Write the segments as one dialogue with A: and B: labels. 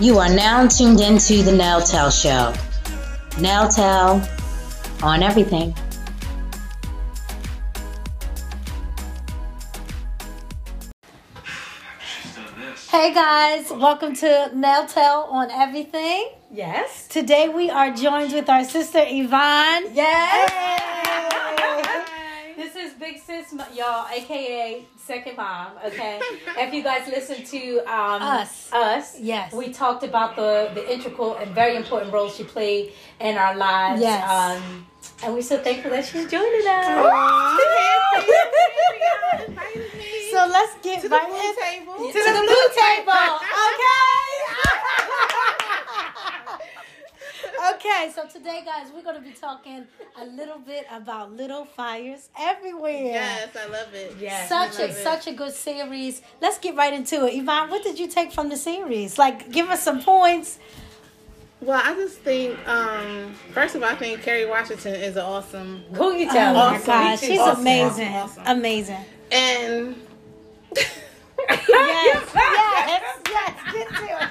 A: You are now tuned into the Nelltel Show. Nelltel on everything.
B: Hey guys, welcome to Nell Tell on Everything.
C: Yes.
B: Today we are joined with our sister Yvonne.
C: Yes.
B: This is Big Sis, Mo- y'all, aka Second Mom. Okay, if you guys listen to um,
C: Us.
B: us,
C: Yes.
B: we talked about the the integral and very important role she played in our lives.
C: Yes.
B: um, and we're so thankful that she's joining
C: Aw.
B: us.
C: So let's get
D: to the
C: right
D: pool
C: in-
B: to
D: table.
B: the blue table.
C: Okay. okay.
B: So today, guys, we're gonna be talking a little bit about little fires everywhere.
D: Yes, I love it.
C: Yes.
B: Such
D: I
B: a
D: love it.
B: such a good series. Let's get right into it, Yvonne. What did you take from the series? Like, give us some points. Oh
D: Well, I just think, um, first of all, I think Kerry Washington is an awesome,
B: Who you
C: Oh
B: telling?
C: my
D: Awesome.
C: gosh, she's
D: Awesome.
C: amazing,
D: Awesome.
B: Amazing.
D: and
B: Yes, yes, yes. Get to it.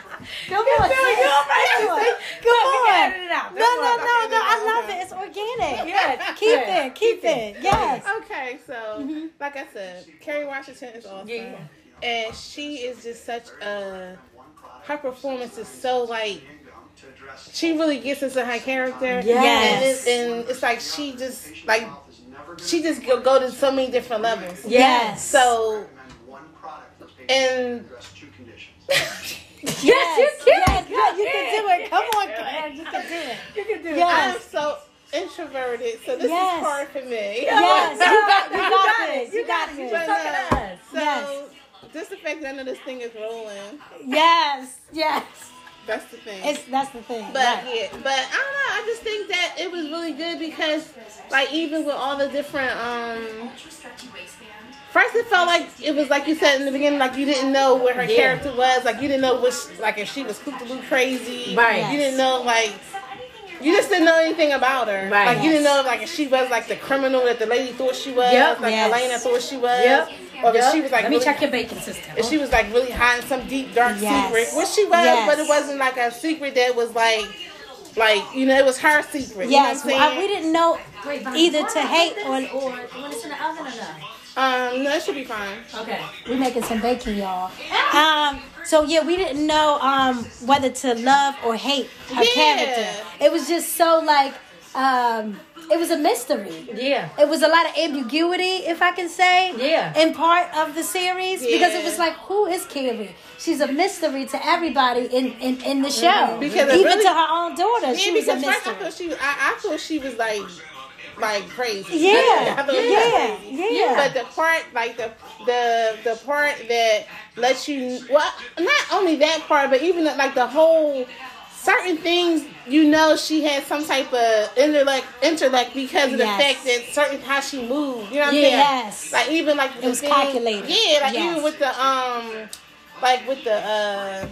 B: Come on,
C: to it. You're right.
B: Come on.
C: Come on.
B: Edit it out.
C: No, no, no, no. I
D: Okay.
C: love it. It's organic.
B: Yes,
C: Keep
B: yes.
C: it. Keep it. Yes.
D: okay, so like I said, Kerry Washington is awesome,
B: Mm-hmm. Yeah.
D: and she is just such a. Her performance is so like she really gets into her character. and
B: Yes.
D: it's, and it's like she just like she just go, go to so many different levels.
B: Yes.
D: So
E: and
D: and
B: yes, you can.
C: Yes. No, you can do it. Come on, girl. You can do it.
B: You can do it.
D: I am
C: Oh Yes.
D: so introverted, so this
C: Yes.
D: is hard for me.
C: Yes. You got, you got
B: You got
C: this.
B: it.
C: You got
B: You
D: But,
C: this.
B: got it.
D: uh,
B: Look at us.
D: So,
C: Yes.
D: just the fact that none of this thing is rolling,
C: Yes. Yes.
D: that's the thing.
C: It's that's the thing.
D: but
C: Right.
D: yeah, but I don't know. I just think that it was really good because, like, even with all the different, um, first it felt like it was like you said in the beginning, like you didn't know what her character was, like you didn't know what, she, like if she was kookaboo crazy,
B: Right.
D: You didn't know like you just didn't know anything about her.
B: Right.
D: Like you didn't know like if she was like the criminal that the lady thought she was,
B: Yep.
D: like
C: Yes.
D: Elena thought she was.
B: Yep.
D: Or if she was like
B: Let me
D: really-
B: check your baking system.
D: if she was like really hiding some deep dark
C: Yes.
D: secret. Which she was,
C: Yes.
D: but it wasn't like a secret that was like like, you know, it was her secret.
C: Yes.
D: You know what
C: I-
D: I'm
C: we
D: saying?
C: didn't know either to hate or
B: or you want to turn the oven or not?
D: um, no, it should be fine.
B: Okay.
C: We're making some bacon, y'all. Um, so yeah, we didn't know um whether to love or hate her
D: Yeah.
C: character. It was just so like um it was a mystery.
B: Yeah.
C: It was a lot of ambiguity, if I can say.
B: Yeah.
C: In part of the series. Because it was
D: Yeah.
C: like, who is Carrie? She's a mystery to everybody in, in, in the show.
D: Mm-hmm. Because it
C: Even
D: really-
C: to her own daughter.
D: Yeah,
C: she was a
D: because
C: mystery.
D: first I thought she was I, I thought she was like like crazy.
C: Yeah,
D: I thought she was
C: yeah,
D: crazy.
C: yeah,
D: But the part, like the the the part that lets you, well, not only that part, but even like the whole certain things, you know, she had some type of intellect, intellect because of
C: Yes.
D: the fact that certain how she moved. You know what
C: Yes.
D: I'm saying? Like even like the
C: was
D: thing-
C: calculated.
D: Yeah, like
C: Yes.
D: even with the um, like with the uh.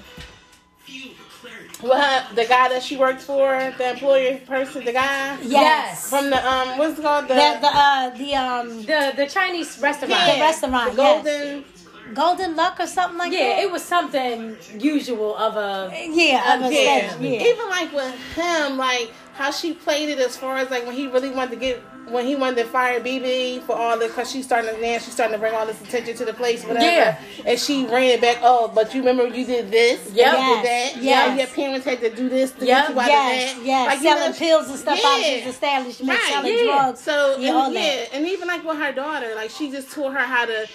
D: Well, the guy that she worked for, the employer person, the guy
C: yes.
D: from the um, what's it called
C: The, the uh the um
B: The the Chinese restaurant.
C: the restaurant,
D: the golden.
C: Golden Luck or something like that.
B: Yeah, it was something usual of a.
C: Yeah, I'm
D: Yeah.
C: upset. Yeah.
D: Even like with him, like how she played it as far as like when he really wanted to get when he wanted to fire BB for all the because she's starting to now she's starting to bring all this attention to the place whatever
B: Yeah.
D: and she ran it back oh but you remember you did this you
B: Yep.
D: did that
C: Yes,
D: yeah
C: yes.
D: your parents had to do this to
B: Yep.
D: get you out
C: Yes,
D: of that
C: yes.
D: Like, you
C: selling
D: know,
C: pills and stuff out of
D: yeah.
C: his establishment,
D: Right,
C: selling
B: yeah.
C: drugs.
D: So
C: yeah,
D: and,
C: all
D: yeah,
C: that.
D: and even like with her daughter, like she just taught her how to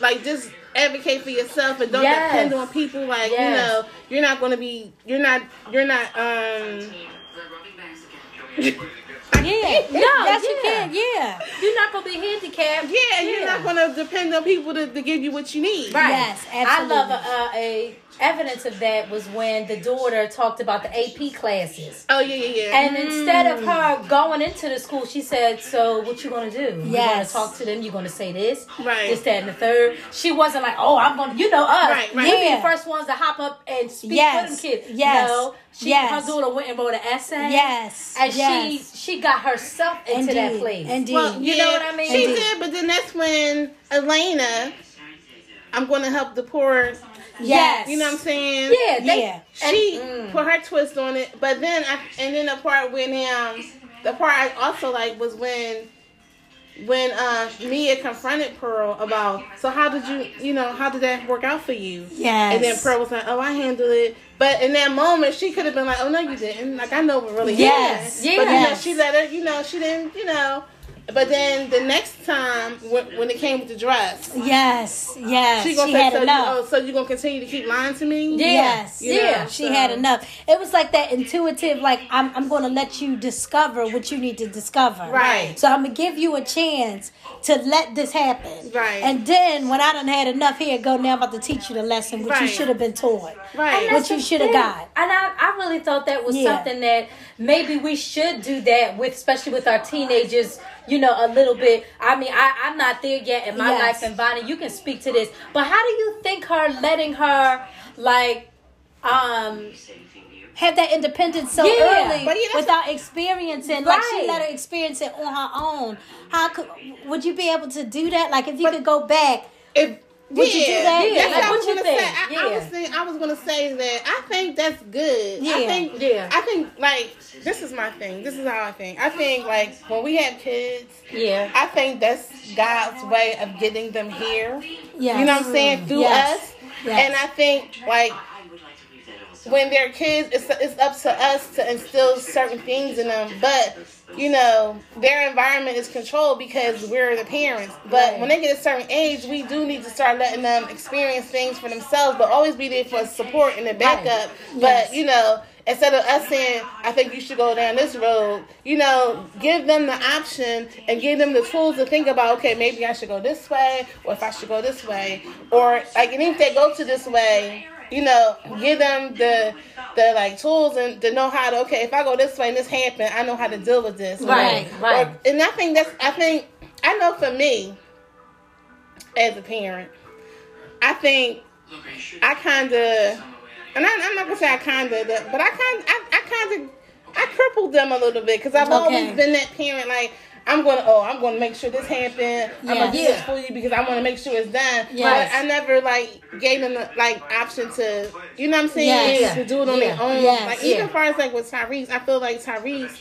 D: like just advocate for yourself and don't
B: Yes.
D: depend on people. Like
B: Yes.
D: you know, you're not gonna be, you're not, you're not. um
C: Yeah.
B: No,
C: yes, you
B: yeah.
C: can. Yeah.
B: You're not gonna be handicapped.
D: Yeah, you're not gonna depend on people to, to give you what you need.
B: Right.
C: Yes,
B: I love a, a, a evidence of that was when the daughter talked about the AP classes.
D: Oh yeah, yeah, yeah.
B: And instead of
C: Mm.
B: her going into the school, she said, "So what you gonna do? You gonna
C: Yes.
B: talk to them? You gonna say this,
D: Right.
B: This, that, and the third. She wasn't like, "Oh, I'm gonna," you know, us.
D: Right, right.
B: We be
C: Yeah.
B: the first ones to hop up and speak
C: Yes,
B: for them kids.
C: yes,
B: No, she,
C: yes.
B: her daughter went and wrote an essay.
C: Yes.
B: and
C: yes.
B: she she got herself into
C: indeed,
B: that place.
C: Indeed.
D: well,
B: you
D: yeah,
B: know what I mean?
D: She
B: Indeed.
D: did, but then that's when Elena, I'm gonna help the poor
C: Yes.
D: You know what I'm saying?
B: Yeah, they,
C: yeah.
D: She put her twist on it, but then I, and then the part when um the part I also like was when when uh Mia confronted Pearl about so how did you you know how did that work out for you?
C: Yes.
D: And then Pearl was like, oh I handled it, but in that moment she could have been like, oh no you didn't. Like I know what really happened.
C: Yes.
D: But you know,
C: Yes.
D: she let her, you know, she didn't, you know. But then the next time when, when it came with the dress,
C: Yes. Yes.
D: she
C: She,
D: gonna say,
C: had
D: so you,
C: enough.
D: oh, so you gonna continue to keep lying to me?
C: Yes.
D: You know,
C: She
D: so-
C: had enough. It was like that intuitive, like I'm, I'm going to let you discover what you need to discover.
D: Right.
C: So I'm gonna give you a chance to let this happen.
D: Right.
C: And then when I done had enough, here go now. I'm about to teach you the lesson, which you
D: Right.
C: should have been taught.
D: Right.
C: What you should have got.
B: And I, I really thought that was
C: Yeah.
B: something that maybe we should do that with, especially with our teenagers. You know, a little bit. I mean, I, I'm not there yet in my
C: Yes.
B: life, and Bonnie, you can speak to this. But how do you think her letting her, like, um,
C: Have that independence so
B: Yeah.
C: early
D: But you know-
C: without experiencing, like she
B: Right.
C: let her experience it on her own. How could would you be able to do that? Like if you could go back,
D: If
C: Would you do that?
D: That's
C: Yeah.
D: what I was
B: What you
D: gonna
B: think?
D: say. I, I
B: Yeah.
D: was saying, I was gonna say that I think that's good. I
C: Yeah.
D: think
B: Yeah.
D: I think like this is my thing. This is how I think. I think like when we have kids,
B: yeah,
D: I think that's God's way of getting them here.
C: yeah,
D: You know what I'm
B: Mm-hmm.
D: saying? Through
C: Yes.
D: us.
C: Yes.
D: And I think like when they're kids, it's, it's up to us to instill certain things in them. But, you know, their environment is controlled because we're the parents. But when they get a certain age, we do need to start letting them experience things for themselves, but always be there for support and the backup.
C: Yes.
D: But, you know, instead of us saying, I think you should go down this road, you know, give them the option and give them the tools to think about, okay, maybe I should go this way, or if I should go this way, or like, and if they go to this way, you know, give them the the like tools and to know how to okay, if I go this way and this happen, I know how to deal with this.
B: Right,
D: Or-
B: right.
D: and I think that's I think I know for me as a parent, I think I kind of, and I, I'm not gonna say I kind of, but I kind, I, I kind of, I crippled them a little bit because I've
C: Okay.
D: always been that parent like. I'm gonna oh I'm gonna make sure this happened. I'm gonna do
C: Yes.
D: this for you because I want to make sure it's done.
C: Yes.
D: But I never like gave them the like option to you know what I'm saying
C: Yes.
D: to do it on
B: Yeah.
D: their own.
C: Yes.
D: Like
B: Yeah.
D: even far as like with Tyrese, I feel like Tyrese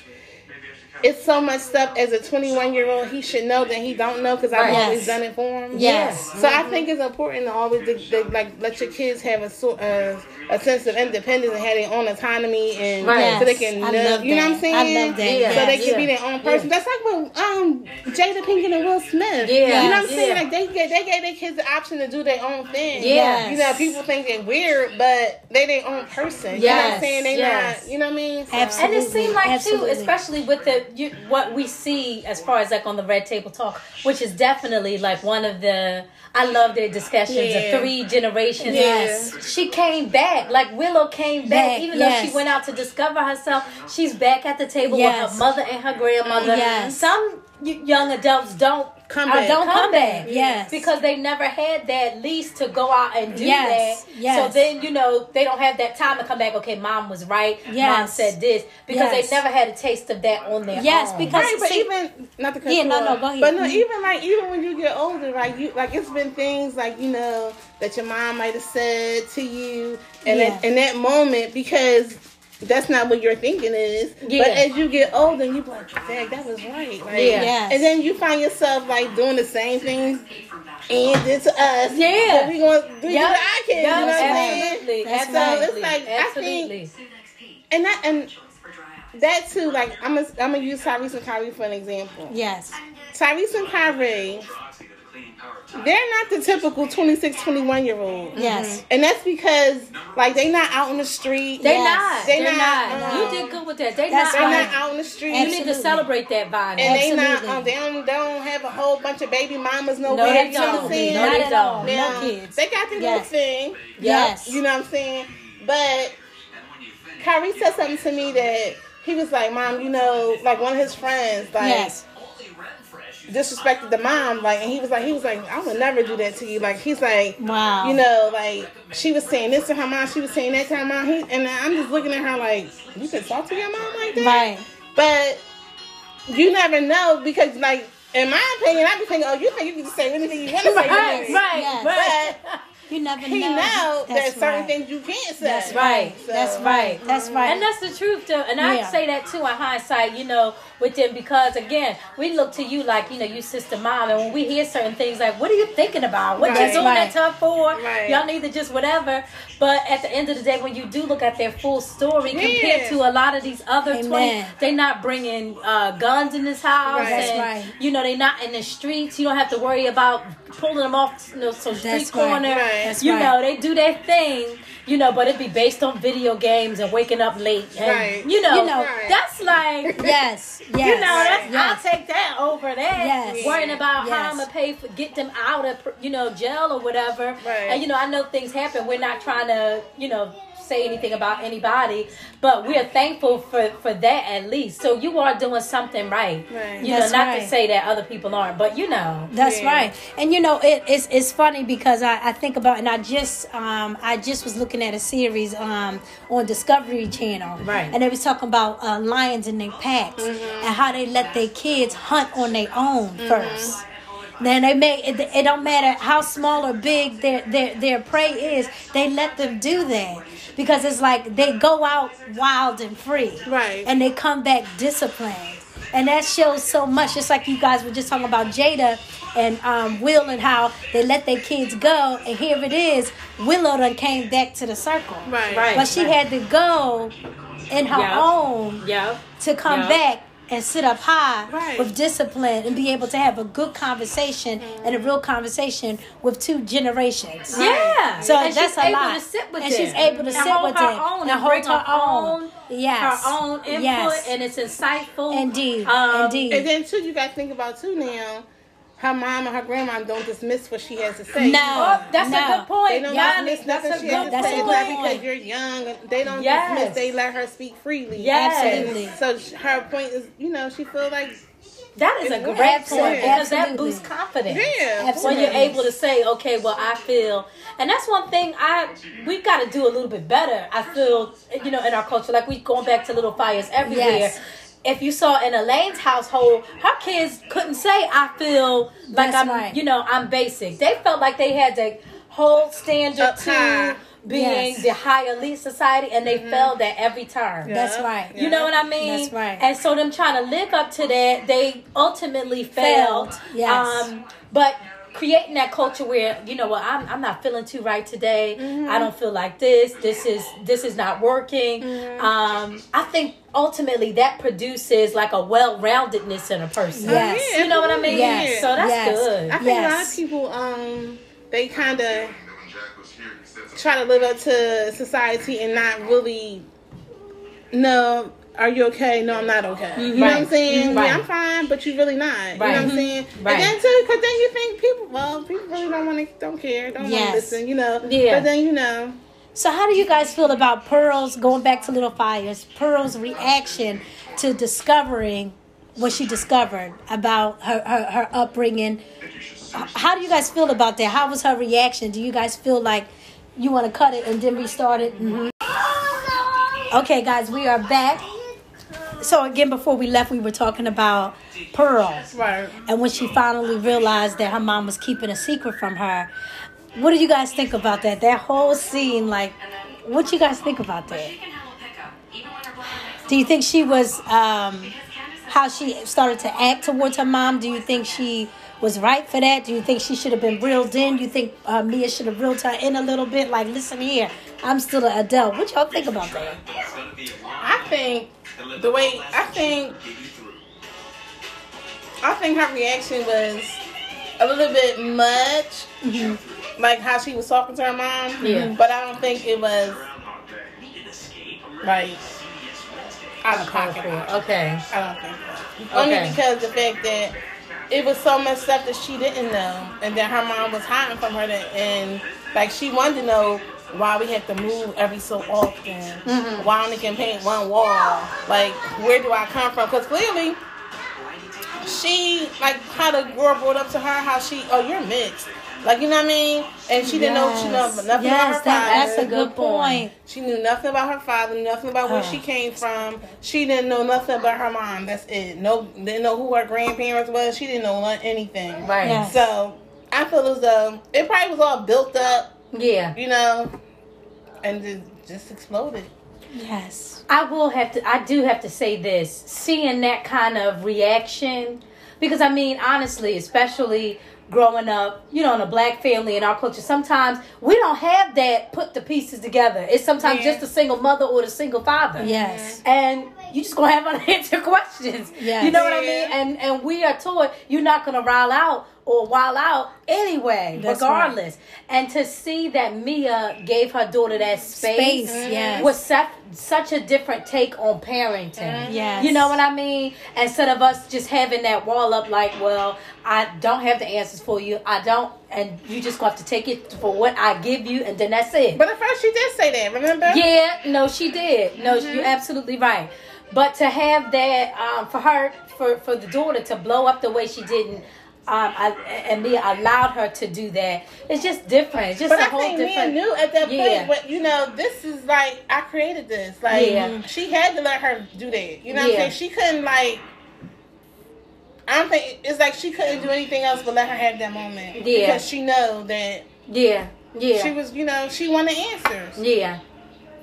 D: it's so much stuff as a 21 year old he should know that he don't know because I've
B: Right.
D: always
C: Yes.
D: done it for him.
C: Yes.
D: So I think it's important to always to, to, like let your kids have a sort uh, a sense of independence and have their own autonomy and
B: Right.
D: so they can
C: Yes. I
D: know,
C: love
D: you know what I'm
C: that. I
D: saying?
C: love that.
D: So
B: Yeah.
D: they can
B: Yeah.
D: be their own person. That's like with um Jada Pinkett and Will Smith.
B: Yeah.
D: You know what I'm saying?
B: Yeah.
D: Like they gave- they gave their kids the option to do their own thing.
B: Yes.
D: You know, people think they're weird, but they their own person. You know what
B: Yes.
D: I'm saying? They
B: Yes.
D: not you know what I mean? So-
C: Absolutely.
B: and it seemed like
C: Absolutely.
B: too, especially with the you, what we see as far as like on the red table talk, which is definitely like one of the. I love their discussions
D: Yeah.
B: of three generations.
C: Yes.
B: she came back. Like Willow came back,
C: Back,
B: even though
C: yes.
B: she went out to discover herself. She's back at the table with
C: Yes.
B: her mother and her grandmother.
C: Yes.
B: Some y- young adults don't.
D: Come
B: uh,
D: back.
B: Don't come back.
C: Yes.
B: Because they never had that lease to go out and do
C: Yes.
B: that.
C: Yes.
B: So then, you know, they don't have that time to come back. Okay, mom was right. Mom
C: Yes.
B: said this because
C: Yes.
B: they never had a taste of that on their
C: Yes,
B: own.
C: because
D: right, but
C: see-
D: even not the
C: Yeah, no, no, go ahead.
D: But no,
C: Mhm.
D: even like even when you get older, like you like it's been things like you know that your mom might have said to you, and
C: Yeah.
D: that in that moment because that's not what your thinking is.
B: Yeah.
D: But as you get older, you be like, dang, that was right. Like,
B: Yeah.
C: Yes.
D: And then you find yourself like doing the same things and did to us.
B: Yeah.
D: But we gonna do
B: Yup.
D: to our kids. You know what I'm saying?
B: absolutely,
C: That's
B: absolutely,
D: right. So it's like, I think-
B: absolutely.
D: And that and that too. Like I'm gonna I'm gonna use Tyrese and Kyrie for an example.
C: yes,
B: Mm-hmm.
D: Tyrese and Kyrie. they're not the typical 26 21 year old
B: Mm-hmm.
C: yes,
D: and that's because like they not out on the street
B: They
C: Yes.
B: not.
D: They
B: They are not.
D: not, um,
B: you did good with that. They
C: That's
B: not.
D: they're
C: right.
D: not out on the street
B: You need to
C: Absolutely.
B: celebrate that vibe.
D: and they not
C: Absolutely.
D: um, they, don't, they don't have a whole bunch of baby mamas
B: no,
D: nowhere
B: they
D: you know what
B: don't.
D: I'm
B: No,
D: saying?
B: they
C: Not at all.
B: don't.
C: No
D: Now,
C: kids.
D: they got their little
C: Yes.
D: thing
C: yes,
D: you know what I'm saying but Kyrie said something to me that he was like mom you know like one of his friends like
C: yes,
D: disrespected the mom like and he was like he was like I would never do that to you like he's like
C: wow,
D: you know, like she was saying this to her mom, she was saying that to her mom, he, and I'm just looking at her like, you can talk to your mom like that,
C: right,
D: but you never know because, like, in my opinion, I be thinking, oh, you think you can just say anything you want to say,
B: Right,
D: to me.
B: right,
C: Yes.
B: right.
D: But
C: You never
D: He
C: know.
D: know
C: That's
D: there's certain
C: right.
D: things you can't say.
C: That's
B: right.
D: So-
C: That's right. That's right.
B: And that's the truth, though. And I
C: Yeah.
B: say that too in hindsight, you know, with them because again, we look to you like you know, you sister mom, and when we hear certain things, like, what are you thinking about? What
D: Right.
B: you doing
C: Right.
B: that tough for?
D: Right.
B: Y'all need to just whatever. But at the end of the day, when you do look at their full story compared
D: Yeah.
B: to a lot of these other twenty,
C: Amen.
B: they not bringing uh, guns in this house,
D: Right.
C: That's
B: and
C: right.
B: you know, they not in the streets. You don't have to worry about pulling them off, you know, some street
C: That's right.
B: corner.
D: Right.
C: That's
B: you
C: right.
B: know, they do their thing, you know, but it'd be based on video games and waking up late. And,
D: Right.
B: You know,
C: You know.
D: Right.
B: that's like,
C: yes. Yes.
B: you know, that's,
C: yes.
B: I'll take that over that.
C: Yes.
B: Worrying about how
C: Yes.
B: I'm going to pay for, get them out of, you know, jail or whatever.
D: Right.
B: And, you know, I know things happen. We're not trying to, you know, say anything about anybody, but we're thankful for, for that at least. So you are doing something right.
D: Right.
B: You
C: That's
B: know, not
C: right.
B: to say that other people aren't, but you know.
C: That's
D: Yeah.
C: right. And you know, it, it's it's funny because I, I think about and I just um I just was looking at a series um on Discovery Channel.
B: Right.
C: And they was talking about uh, lions in their packs
D: Mm-hmm.
C: and how they let their kids hunt on their own first. Then they make it, it don't matter how small or big their, their their prey is, they let them do that because it's like they go out wild and free,
D: Right.
C: And they come back disciplined, and that shows so much. Just like you guys were just talking about Jada and um, Will and how they let their kids go, and here it is, Willow done came back to the circle,
D: Right.
B: Right.
C: But she had to go in her
B: Yeah.
C: own
B: Yeah.
C: to come
B: Yeah.
C: back and sit up high
D: Right.
C: with discipline and be able to have a good conversation and a real conversation with two generations.
B: Yeah.
C: So
B: and
C: that's
B: she's
C: a
B: able
C: lot.
B: to sit with
C: and
B: it.
C: she's able to
B: And
C: sit
B: hold
C: with
B: her
C: it
B: own
C: and,
B: and
C: hold
B: bring
C: her
B: her
C: own.
B: own-
C: Yes.
B: her own input
C: Yes.
B: and it's insightful.
C: Indeed.
B: Um,
C: Indeed.
D: And then too, you got to think about too now. Her mom and her grandma don't dismiss what she has to say.
C: No.
B: Oh, that's a
C: No.
B: good point.
D: They don't
B: Yanni. that's
D: dismiss nothing
B: a
D: she has
B: good
D: to
C: That's
D: say.
C: a
D: It's
C: good
D: not
B: point.
C: point.
D: because you're young. and They don't
B: Yes.
D: dismiss. They let her speak freely.
B: Yes.
C: Absolutely.
D: So sh- her point is, you know, she feels like,
B: That is a
D: It's
B: great
C: absolutely-
B: point because that
C: absolutely.
B: boosts confidence.
D: yeah.
C: Absolutely.
B: When you're able to say, okay, well, I feel, and that's one thing I we've got to do a little bit better. I feel, you know, in our culture, like we going back to little fires everywhere.
C: Yes.
B: If you saw in Elaine's household, her kids couldn't say, "I feel like
C: That's
B: I'm,"
C: right.
B: you know, "I'm basic." They felt like they had to hold standard
D: Up
B: to
D: high. Mm-hmm.
B: being
C: Yes.
B: the high elite society, and they failed at every turn.
C: That's right.
B: You know what I mean?
C: That's right.
B: And so them trying to live up to that, they ultimately failed.
C: Failed, yes.
B: Um, but creating that culture where you know what I'm, I'm not feeling too right today.
C: Mm-hmm.
B: I don't feel like this. This is this is not working.
C: Mm-hmm.
B: Um, I think ultimately that produces like a well-roundedness in a person.
C: Yes.
D: Yeah,
B: You know what I mean?
D: absolutely.
B: So that's
C: Yes.
B: good.
D: I think a lot
C: Yes.
D: of people, um, they kind of
E: Jack was here, he said something.
D: try to live up to society and not really no are you okay no i'm not okay you know what i'm
B: Right.
D: saying
B: Right.
D: yeah i'm fine but you really not you know what i'm
B: Right.
D: saying
B: Right.
D: and then too because then you think people well people really don't want to don't care don't want
C: Yes.
D: to listen you know
B: Yeah.
D: but then you know
C: So how do you guys feel about Pearl's going back to Little Fires? Pearl's reaction to discovering what she discovered about her her, her upbringing. How do you guys feel about that? How was her reaction? Do you guys feel like you want to cut it and then restart it? Mhm. Okay, guys, we are back. So again, before we left, we were talking about Pearl
D: right
C: and when she finally realized that her mom was keeping a secret from her what do you guys think about that that whole scene like what you guys think about that do you think she was um, how she started to act towards her mom do you think she was right for that do you think she should have been reeled in do you think uh, mia should have reeled her in a little bit like listen here i'm still an adult what y'all think about that
D: i think the way i think i think her reaction was a little bit much like how she was talking to her mom
B: Yeah.
D: but i don't think it was like out of pocket.
B: Okay.
D: I don't think so. Only
B: Okay.
D: because the fact that it was so much stuff that she didn't know, and that her mom was hiding from her, that, and like she wanted to know why we had to move every so often,
C: Mm-hmm.
D: why I only can paint one wall, like where do I come from? Because clearly. She like how the girl brought up to her how she oh you're mixed like you know what I mean and she didn't know she
C: Yes.
D: know nothing about
C: yes that,
D: her father.
C: that's a good point
D: She knew nothing about her father, nothing about where
C: Oh.
B: Ah.
D: she came from. She didn't know nothing about her mom. That's it. No, didn't know who her grandparents was. She didn't know none- anything.
B: Right.
C: Yes.
D: So I feel as though it probably was all built up.
B: Yeah.
D: you know, and it just exploded.
C: Yes.
B: I will have to. I do have to say this: seeing that kind of reaction, because I mean, honestly, especially growing up, you know, in a black family in our culture, sometimes we don't have that put the pieces together. It's sometimes
D: Yeah.
B: just a single mother or the single father.
C: Yes.
B: And you just gonna have unanswered questions.
C: Yes.
B: You know what I
D: Yeah.
B: mean? And and we are taught you're not gonna rile out or wild out anyway,
C: That's
B: regardless. And to see that Mia gave her daughter that
C: Space. Yes.
B: was such, such a different take on parenting.
C: Mm-hmm. Yes.
B: You know what I mean? Instead of us just having that wall up, like, well, I don't have the answers for you. I don't, and you just gonna have to take it for what I give you, and then that's it.
D: But at first she did say that, remember?
B: Yeah, no, she did. No,
D: Mm-hmm.
B: you're absolutely right. But to have that um, for her, for for the daughter to blow up the way she didn't. Um, I, and Mia allowed her to do that. It's just different. It's just
D: But
B: a
D: I
B: whole
D: think Mia
B: different.
D: knew at that
B: Yeah.
D: point, but you know, this is like I created this. Like
B: Yeah.
D: she had to let her do that. You know what
B: Yeah.
D: I'm saying? She couldn't like I don't think it's like she couldn't do anything else but let her have that moment.
B: Yeah.
D: Because she know that
B: yeah, yeah,
D: she was, you know, she wanted answers.
B: yeah.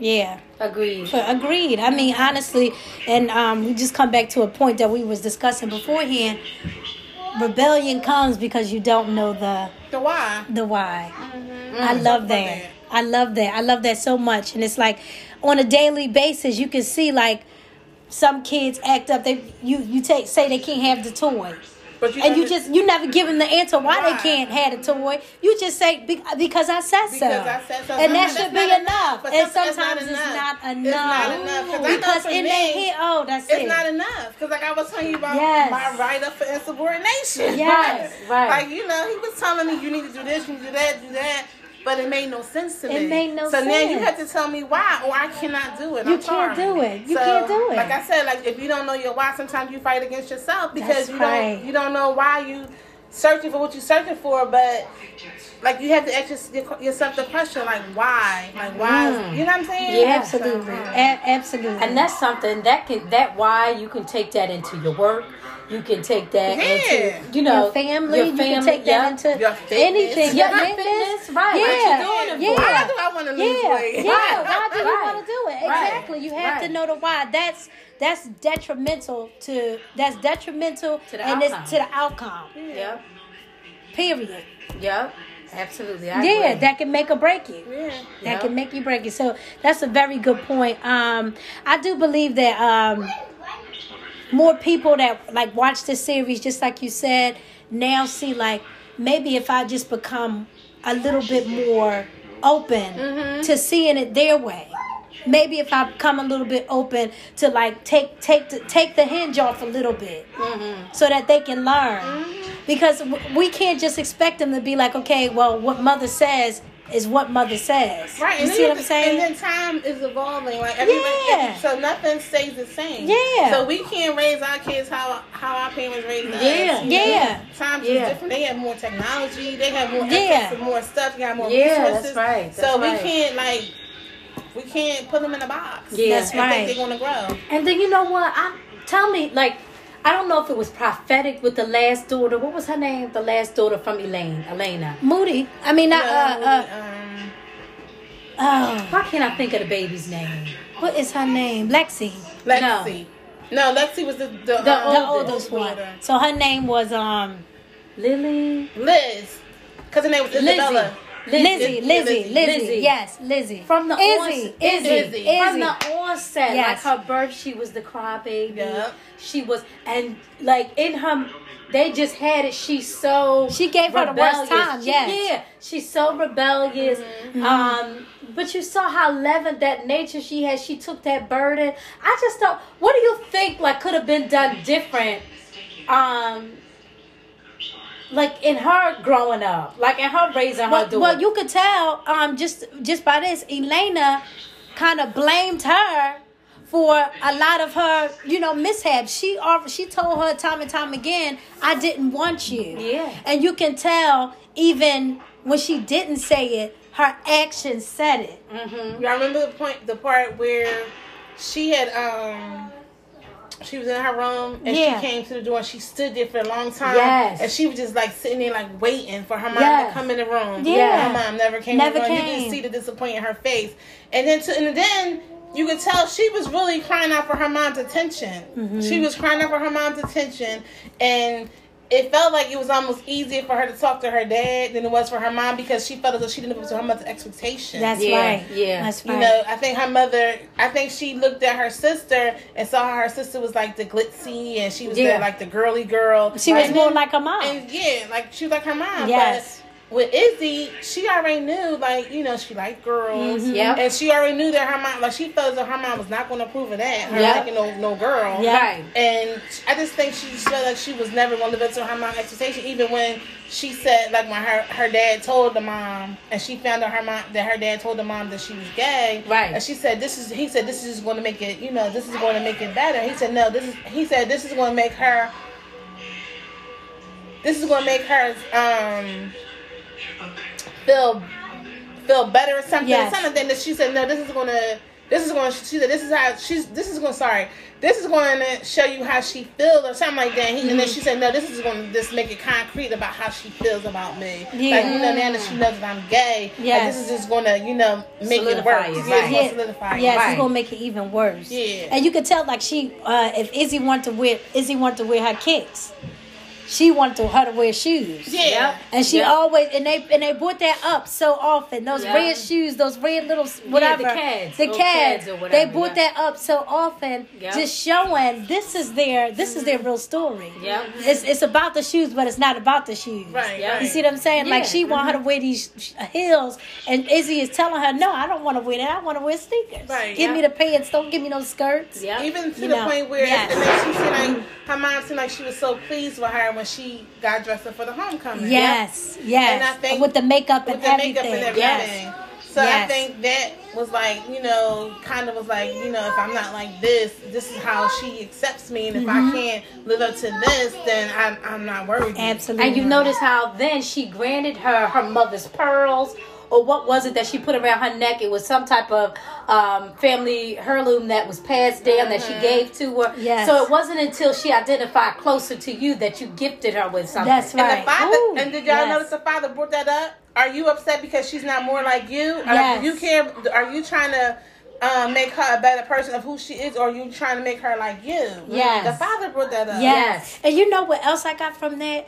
C: Yeah.
B: Agreed.
C: But agreed. I mean, honestly, and um, we just come back to a point that we was discussing beforehand. Rebellion comes because you don't know the
D: The why.
C: the why. I love that. I love that. I love that so much. And it's like on a daily basis, you can see like some kids act up. They you you take say they can't have the toy.
D: But
C: And you
D: know
C: just you never give them the answer why,
D: Why?
C: they can't have a toy. You just say "Be- because I said so,
D: Because I said so.
C: and that
D: Sometimes
C: should
D: that's
C: be
D: not
C: enough.
D: But
C: And
D: sometimes that's
C: sometimes it's
D: not
C: not
D: It's not
C: enough
D: enough. 'Cause I know
C: because
D: for
C: in
D: me,
C: their head, oh, that's
D: it's
C: it.
D: not enough. Cause like I was telling you about
C: Yes.
D: my write up for insubordination.
C: Yes,
B: right.
D: Like you know, he was telling me you need to do this, you need to do that, do that. But it made no sense to me.
C: It made no
D: so So now you
C: sense.
D: have to tell me why, or I cannot do it.
C: You
D: I'm
C: can't
D: sorry.
C: do it. You
D: So,
C: can't do it.
D: Like I said, like if you don't know your why, sometimes you fight against yourself
C: That's
D: because you
C: right.
D: don't you don't know why you searching for what you're searching for, but like you have to ask your- yourself the question, like why, like why, is- you know what I'm saying?
B: Yeah,
C: Mm. Absolutely,
D: So, um,
C: A- absolutely.
B: And that's something that can that why you can take that into your work. You can take that
D: Yeah.
B: into you know
C: your family,
B: Your
C: you can
B: family,
C: take that
B: yeah.
C: into
D: Your fitness.
C: anything.
B: Yeah,
C: Your
B: your
C: fitness,
B: fitness, right.
C: Yeah,
B: What you doing it
C: yeah.
B: for?
D: Why do I want to lose
C: yeah,
D: weight?
C: yeah.
B: Right.
C: Why do you
B: Right.
C: want to do it?
B: Right.
C: Exactly. You have
B: Right.
C: to know the why. That's that's detrimental to that's detrimental
B: To the
C: and
B: outcome.
C: it's to the outcome.
B: Yep.
C: Period.
B: Yep. Absolutely. I
C: yeah,
B: agree.
C: that can make or break you.
D: Yeah.
C: That
B: Yeah.
C: can make you break it. So that's a very good point. Um, I do believe that um, more people that like watch this series, just like you said, now see like maybe if I just become a little bit more open to seeing it their way. Maybe if I become a little bit open to like take take the, take the hinge off a little bit, so that they can learn, because w- we can't just expect them to be like, okay, well, what mother says is what mother says.
D: Right.
C: You
D: and
C: see
D: then
C: what I'm
D: the-
C: saying?
D: And then time is evolving. Like everybody,
C: Yeah.
D: so nothing stays the same.
C: Yeah.
D: So we can't raise our kids how how our parents raised us.
B: Yeah.
D: you know?
C: Yeah.
D: Times
B: Yeah.
D: is different. They have more technology. They have more
C: Yeah.
D: access to more stuff. They got more
B: Yeah, that's
D: resources.
B: right, that's
D: so we
B: right.
D: can't like we can't put them in a box.
B: Yeah.
C: That's
D: And
C: right.
D: think they're gonna grow.
B: And then you know what? I tell me like I don't know if it was prophetic with the last daughter. What was her name? The last daughter from Elaine, Elena.
C: Moody. I mean, not, uh, uh,
D: um,
C: oh,
B: Why can't I think of the baby's name?
C: what is her name? Lexi,
D: Lexi. No. Lexi was the the,
B: The
D: um,
C: the
B: Oldest
C: oldest one.
D: daughter.
C: So her name was um
B: Lily.
D: Liz. Cause her name was Isabella.
C: Lizzie, Lizzie, Lizzie,
D: Lizzie.
B: Lizzie.
C: Yes, Lizzie.
B: From the
C: Izzy,
B: onset-
C: Izzy,
D: Izzy.
C: Izzy.
B: From the onset,
C: Yes.
B: like her birth, she was the crybaby.
D: Yep.
B: She was, and like in her, they just had it. She's so
C: She gave her the worst
B: rebellious.
C: time,
B: She-
C: yes. Mm-hmm.
B: yeah, she's so rebellious. Um, but you saw how leavened that nature she had. She took that burden. I just thought, what do you think? Like could have been done different. Um. Like in her growing up, like in her raising her
C: well,
B: daughter.
C: well, you could tell um just just by this Elena kind of blamed her for a lot of her you know mishaps she off she told her time and time again I didn't want you
B: Yeah.
C: and you can tell even when she didn't say it her actions said it
D: Y'all remember the point, the part where she had um she was in her room and
C: Yeah.
D: she came to the door and she stood there for a long time.
B: Yes.
D: And she was just like sitting there like waiting for her mom
B: Yes.
D: to come in the room.
C: Yeah.
D: Her mom never came
C: Never
D: in the room. You
C: came.
D: could see the disappointment in her face. And then to, and then you could tell she was really crying out for her mom's attention.
C: Mm-hmm.
D: She was crying out for her mom's attention and it felt like it was almost easier for her to talk to her dad than it was for her mom because she felt as though she didn't live up to her mother's expectations.
C: That's
B: Yeah,
C: right.
B: yeah.
C: That's right.
D: You know, I think her mother, I think she looked at her sister and saw how her sister was like the glitzy and she was
B: Yeah.
D: the, like the girly girl.
C: she
D: Like,
C: was more
D: and-
C: like her mom.
D: And yeah, like she was like her mom.
C: Yes.
D: But with Izzy, she already knew, like, you know, she liked girls.
C: Mm-hmm.
B: Yep.
D: And she already knew that her mom, like, she felt as though her mom was not going to approve of that. Her
B: Yep.
D: liking no, no girl.
C: Yeah.
B: Right.
D: And I just think she just felt like she was never going to live up to her mom's expectation, even when she said, like, when her, her dad told the mom, and she found out her mom that her dad told the mom that she was gay.
B: Right.
D: And she said, "This is," he said, "This is going to make it, you know, this is going to make it better." He said, "No, this is," he said, "This is going to make her." This is going to make her um feel feel better or something.
C: Yes.
D: Something that she said, no, this is gonna, this is gonna. She said, this is how she's. This is going. to Sorry, this is going to show you how she feels or something like that. And, he, and then
C: Mm-hmm.
D: she said, no, this is going to just make it concrete about how she feels about me. Like you know, now that she knows that I'm gay, yeah,
C: Yes.
D: this is just going to, you know, make it work.
B: Solidify it,
D: Yeah, it's
B: right.
D: gonna solidify it.
C: Yes,
B: Right.
C: it's gonna make it even worse.
D: Yeah.
C: And you could tell like she uh if Izzy wanted to wear Izzy wanted to wear her kicks. She wanted to, her to wear shoes.
D: Yeah.
C: And she
B: Yep.
C: always and they and they brought that up so often. Those
B: Yeah.
C: red shoes, those red little s- whatever,
B: kids,
C: the
B: little
C: kids,
B: kids or
C: they
B: whatever,
C: brought
B: yeah.
C: that up so often,
B: Yep.
C: just showing this is their this is their
D: Mm-hmm.
C: real story.
B: Yep.
C: it's it's about the shoes, but it's not about the shoes.
D: Right.
B: Yeah.
D: right. mm-hmm.
C: You see what I'm saying? Like
B: Yeah.
C: she want her to wear these sh- heels, and Izzy is telling her, "No, I don't want to wear that. I want to wear sneakers.
D: Right.
C: Give me
B: Yeah.
C: the pants. Don't give me no skirts."
B: Yeah.
D: Even to
C: You
D: the
C: know,
D: point where
C: yes. Mm-hmm.
D: it makes you seem like her mom seemed like she was so pleased with her when she got dressed up for the homecoming.
C: Yes, yes.
D: And I think
C: with the makeup and
D: with the
C: everything.
D: makeup and everything.
C: Yes.
D: So
C: Yes.
D: I think that was like, you know, kind of was like, you know, if I'm not like this, this is how she accepts me, and if
C: Mm-hmm.
D: I can't live up to this, then I'm, I'm not worthy.
C: Absolutely.
B: And you notice how then she granted her her mother's pearls, or what was it that she put around her neck? It was some type of um, family heirloom that was passed down that she gave to her.
C: Mm-hmm. Yes.
B: So it wasn't until she identified closer to you that you gifted her with something.
C: That's
D: And
C: right.
D: the father,
C: Ooh,
D: and did y'all
C: yes.
D: notice the father brought that up? Are you upset because she's not more like you? Are
C: Yes.
D: you care? Are you trying to? Um, make her a better person of who she is, or are you trying to make her like you?
C: Yes.
D: The father brought that up.
C: Yes. And you know what else I got from that?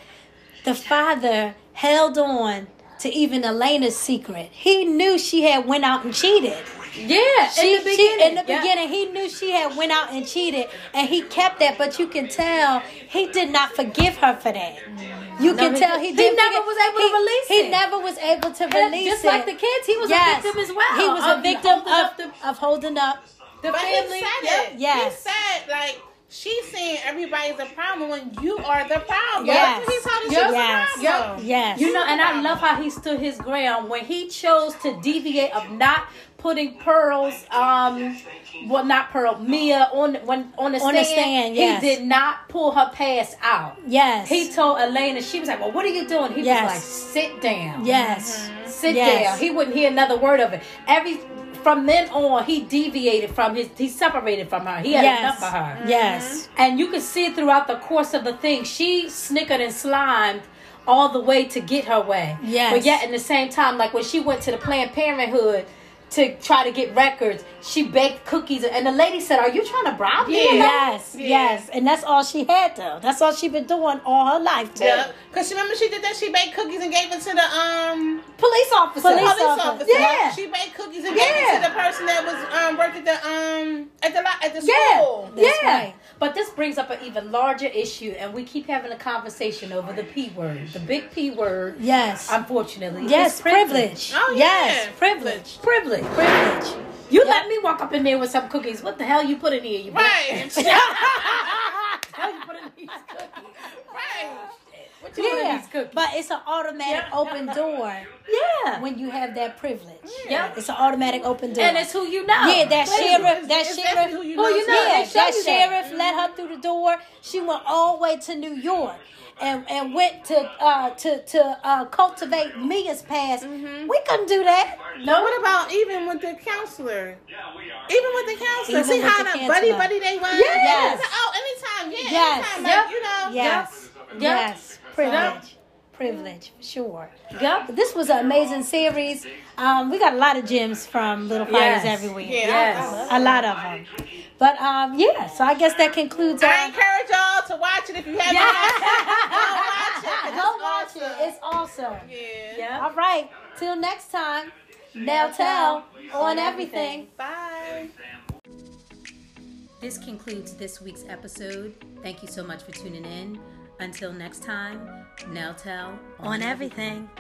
C: The father held on to even Elena's secret. He knew she had went out and cheated.
B: Yeah.
C: She,
B: in the
C: she-
B: beginning.
C: in the
B: Yeah.
C: beginning, he knew she had went out and cheated, and he kept that. But you can tell he did not forgive her for that. You can
B: Mm-hmm. he-
C: tell he
B: he
C: didn't
B: never
C: forgive-
B: was able to
C: he-
B: release
C: He
B: it.
C: never was able to
B: And
C: release
B: just
C: it.
B: like the kids, he was
C: Yes.
B: a victim as well.
C: He was a
B: of
C: victim
B: holding up
C: of, of holding up.
B: the, the
D: But
B: family.
D: he said
B: Yep.
D: it.
C: Yes.
D: He said like she's saying everybody's a problem when you are the problem.
C: Yes.
D: That's what he told us
B: Yep.
D: she was a
B: Yes.
D: problem.
C: Yes.
B: You know, and I love how he stood his ground when he chose to deviate of not putting pearls, um, well, not pearl Mia on when on the
C: On
B: stand.
C: the stand, yes.
B: He did not pull her past out.
C: yes.
B: He told Elena, she was like, "Well, what are you doing?" He
C: Yes.
B: was like, "Sit down."
C: yes.
B: Sit
C: Yes.
B: down. He wouldn't hear another word of it. Every from then on, he deviated from his. He separated from her. He had
C: yes. Mm-hmm.
B: enough of her.
C: Yes.
B: And you could see throughout the course of the thing, she snickered and slimed all the way to get her way.
C: Yes.
B: But yet, in the same time, like when she went to the Planned Parenthood to try to get records, she baked cookies, and the lady said, "Are you trying to bribe me?"
D: Yeah.
C: Yes,
D: Yeah.
C: yes, and that's all she had though. That's all she been doing all her life too.
D: Yeah. Cause she remember she did that. She baked cookies and gave it to the um
B: Police officer.
C: Police
D: police
C: officer.
D: officer.
B: Yeah.
D: She baked cookies and gave
B: Yeah.
D: it to the person that was um worked at the um at the lo- at the
B: Yeah.
D: school.
C: That's
B: yeah.
C: right.
B: But this brings up an even larger issue, and we keep having a conversation over the P word, the big P word.
C: Yes,
B: Unfortunately,
C: yes,
B: It's
C: privilege.
D: Oh, yeah.
C: Yes, privilege,
B: Privilege.
C: privilege.
B: You let me walk up in there with some cookies. What the hell you put in here? You
D: Right.
B: bitch? How you put in these cookies?
D: Right.
B: What you put in
C: Yeah,
B: these cookies?
C: but it's an automatic
B: Yeah.
C: open door
B: yeah.
C: when you have that privilege.
B: Yeah.
C: It's an automatic open door.
B: and it's who you know.
C: yeah, that sheriff, that
D: It's
C: sheriff,
D: definitely who you
B: Who
D: know.
B: you know.
C: yeah,
B: they show
C: that
B: you that.
C: sheriff let her through the door. She went all the way to New York and, and went to uh, to to uh, cultivate Mia's past. We couldn't do that.
D: No, what about even with the counselor? Even with the counselor.
C: Even
D: See
C: with
D: how
C: the
D: that
C: counselor.
D: buddy buddy they was?
C: Yes.
D: Oh, and it.
C: Yes.
D: Anytime, like,
A: Yep.
D: You know.
C: Yes.
A: Yep.
C: Yes. Privilege. Privilege. Sure.
A: Yep.
C: This was an amazing series. Um, we got a lot of gems from Little Fires
A: Yes.
C: every week.
D: Yeah, I-
A: Yes.
D: I, love
C: A lot of them. But um, yeah, so I guess that concludes
D: it. I
C: our.
D: encourage y'all to watch it if you haven't.
C: Go watch
D: watch it.
C: it. It's awesome.
D: Yeah.
A: Yep.
C: All right. Till next time. Now tell on everything.
D: Bye.
A: This concludes this week's episode. Thank you so much for tuning in. Until next time, now tell
C: On everything.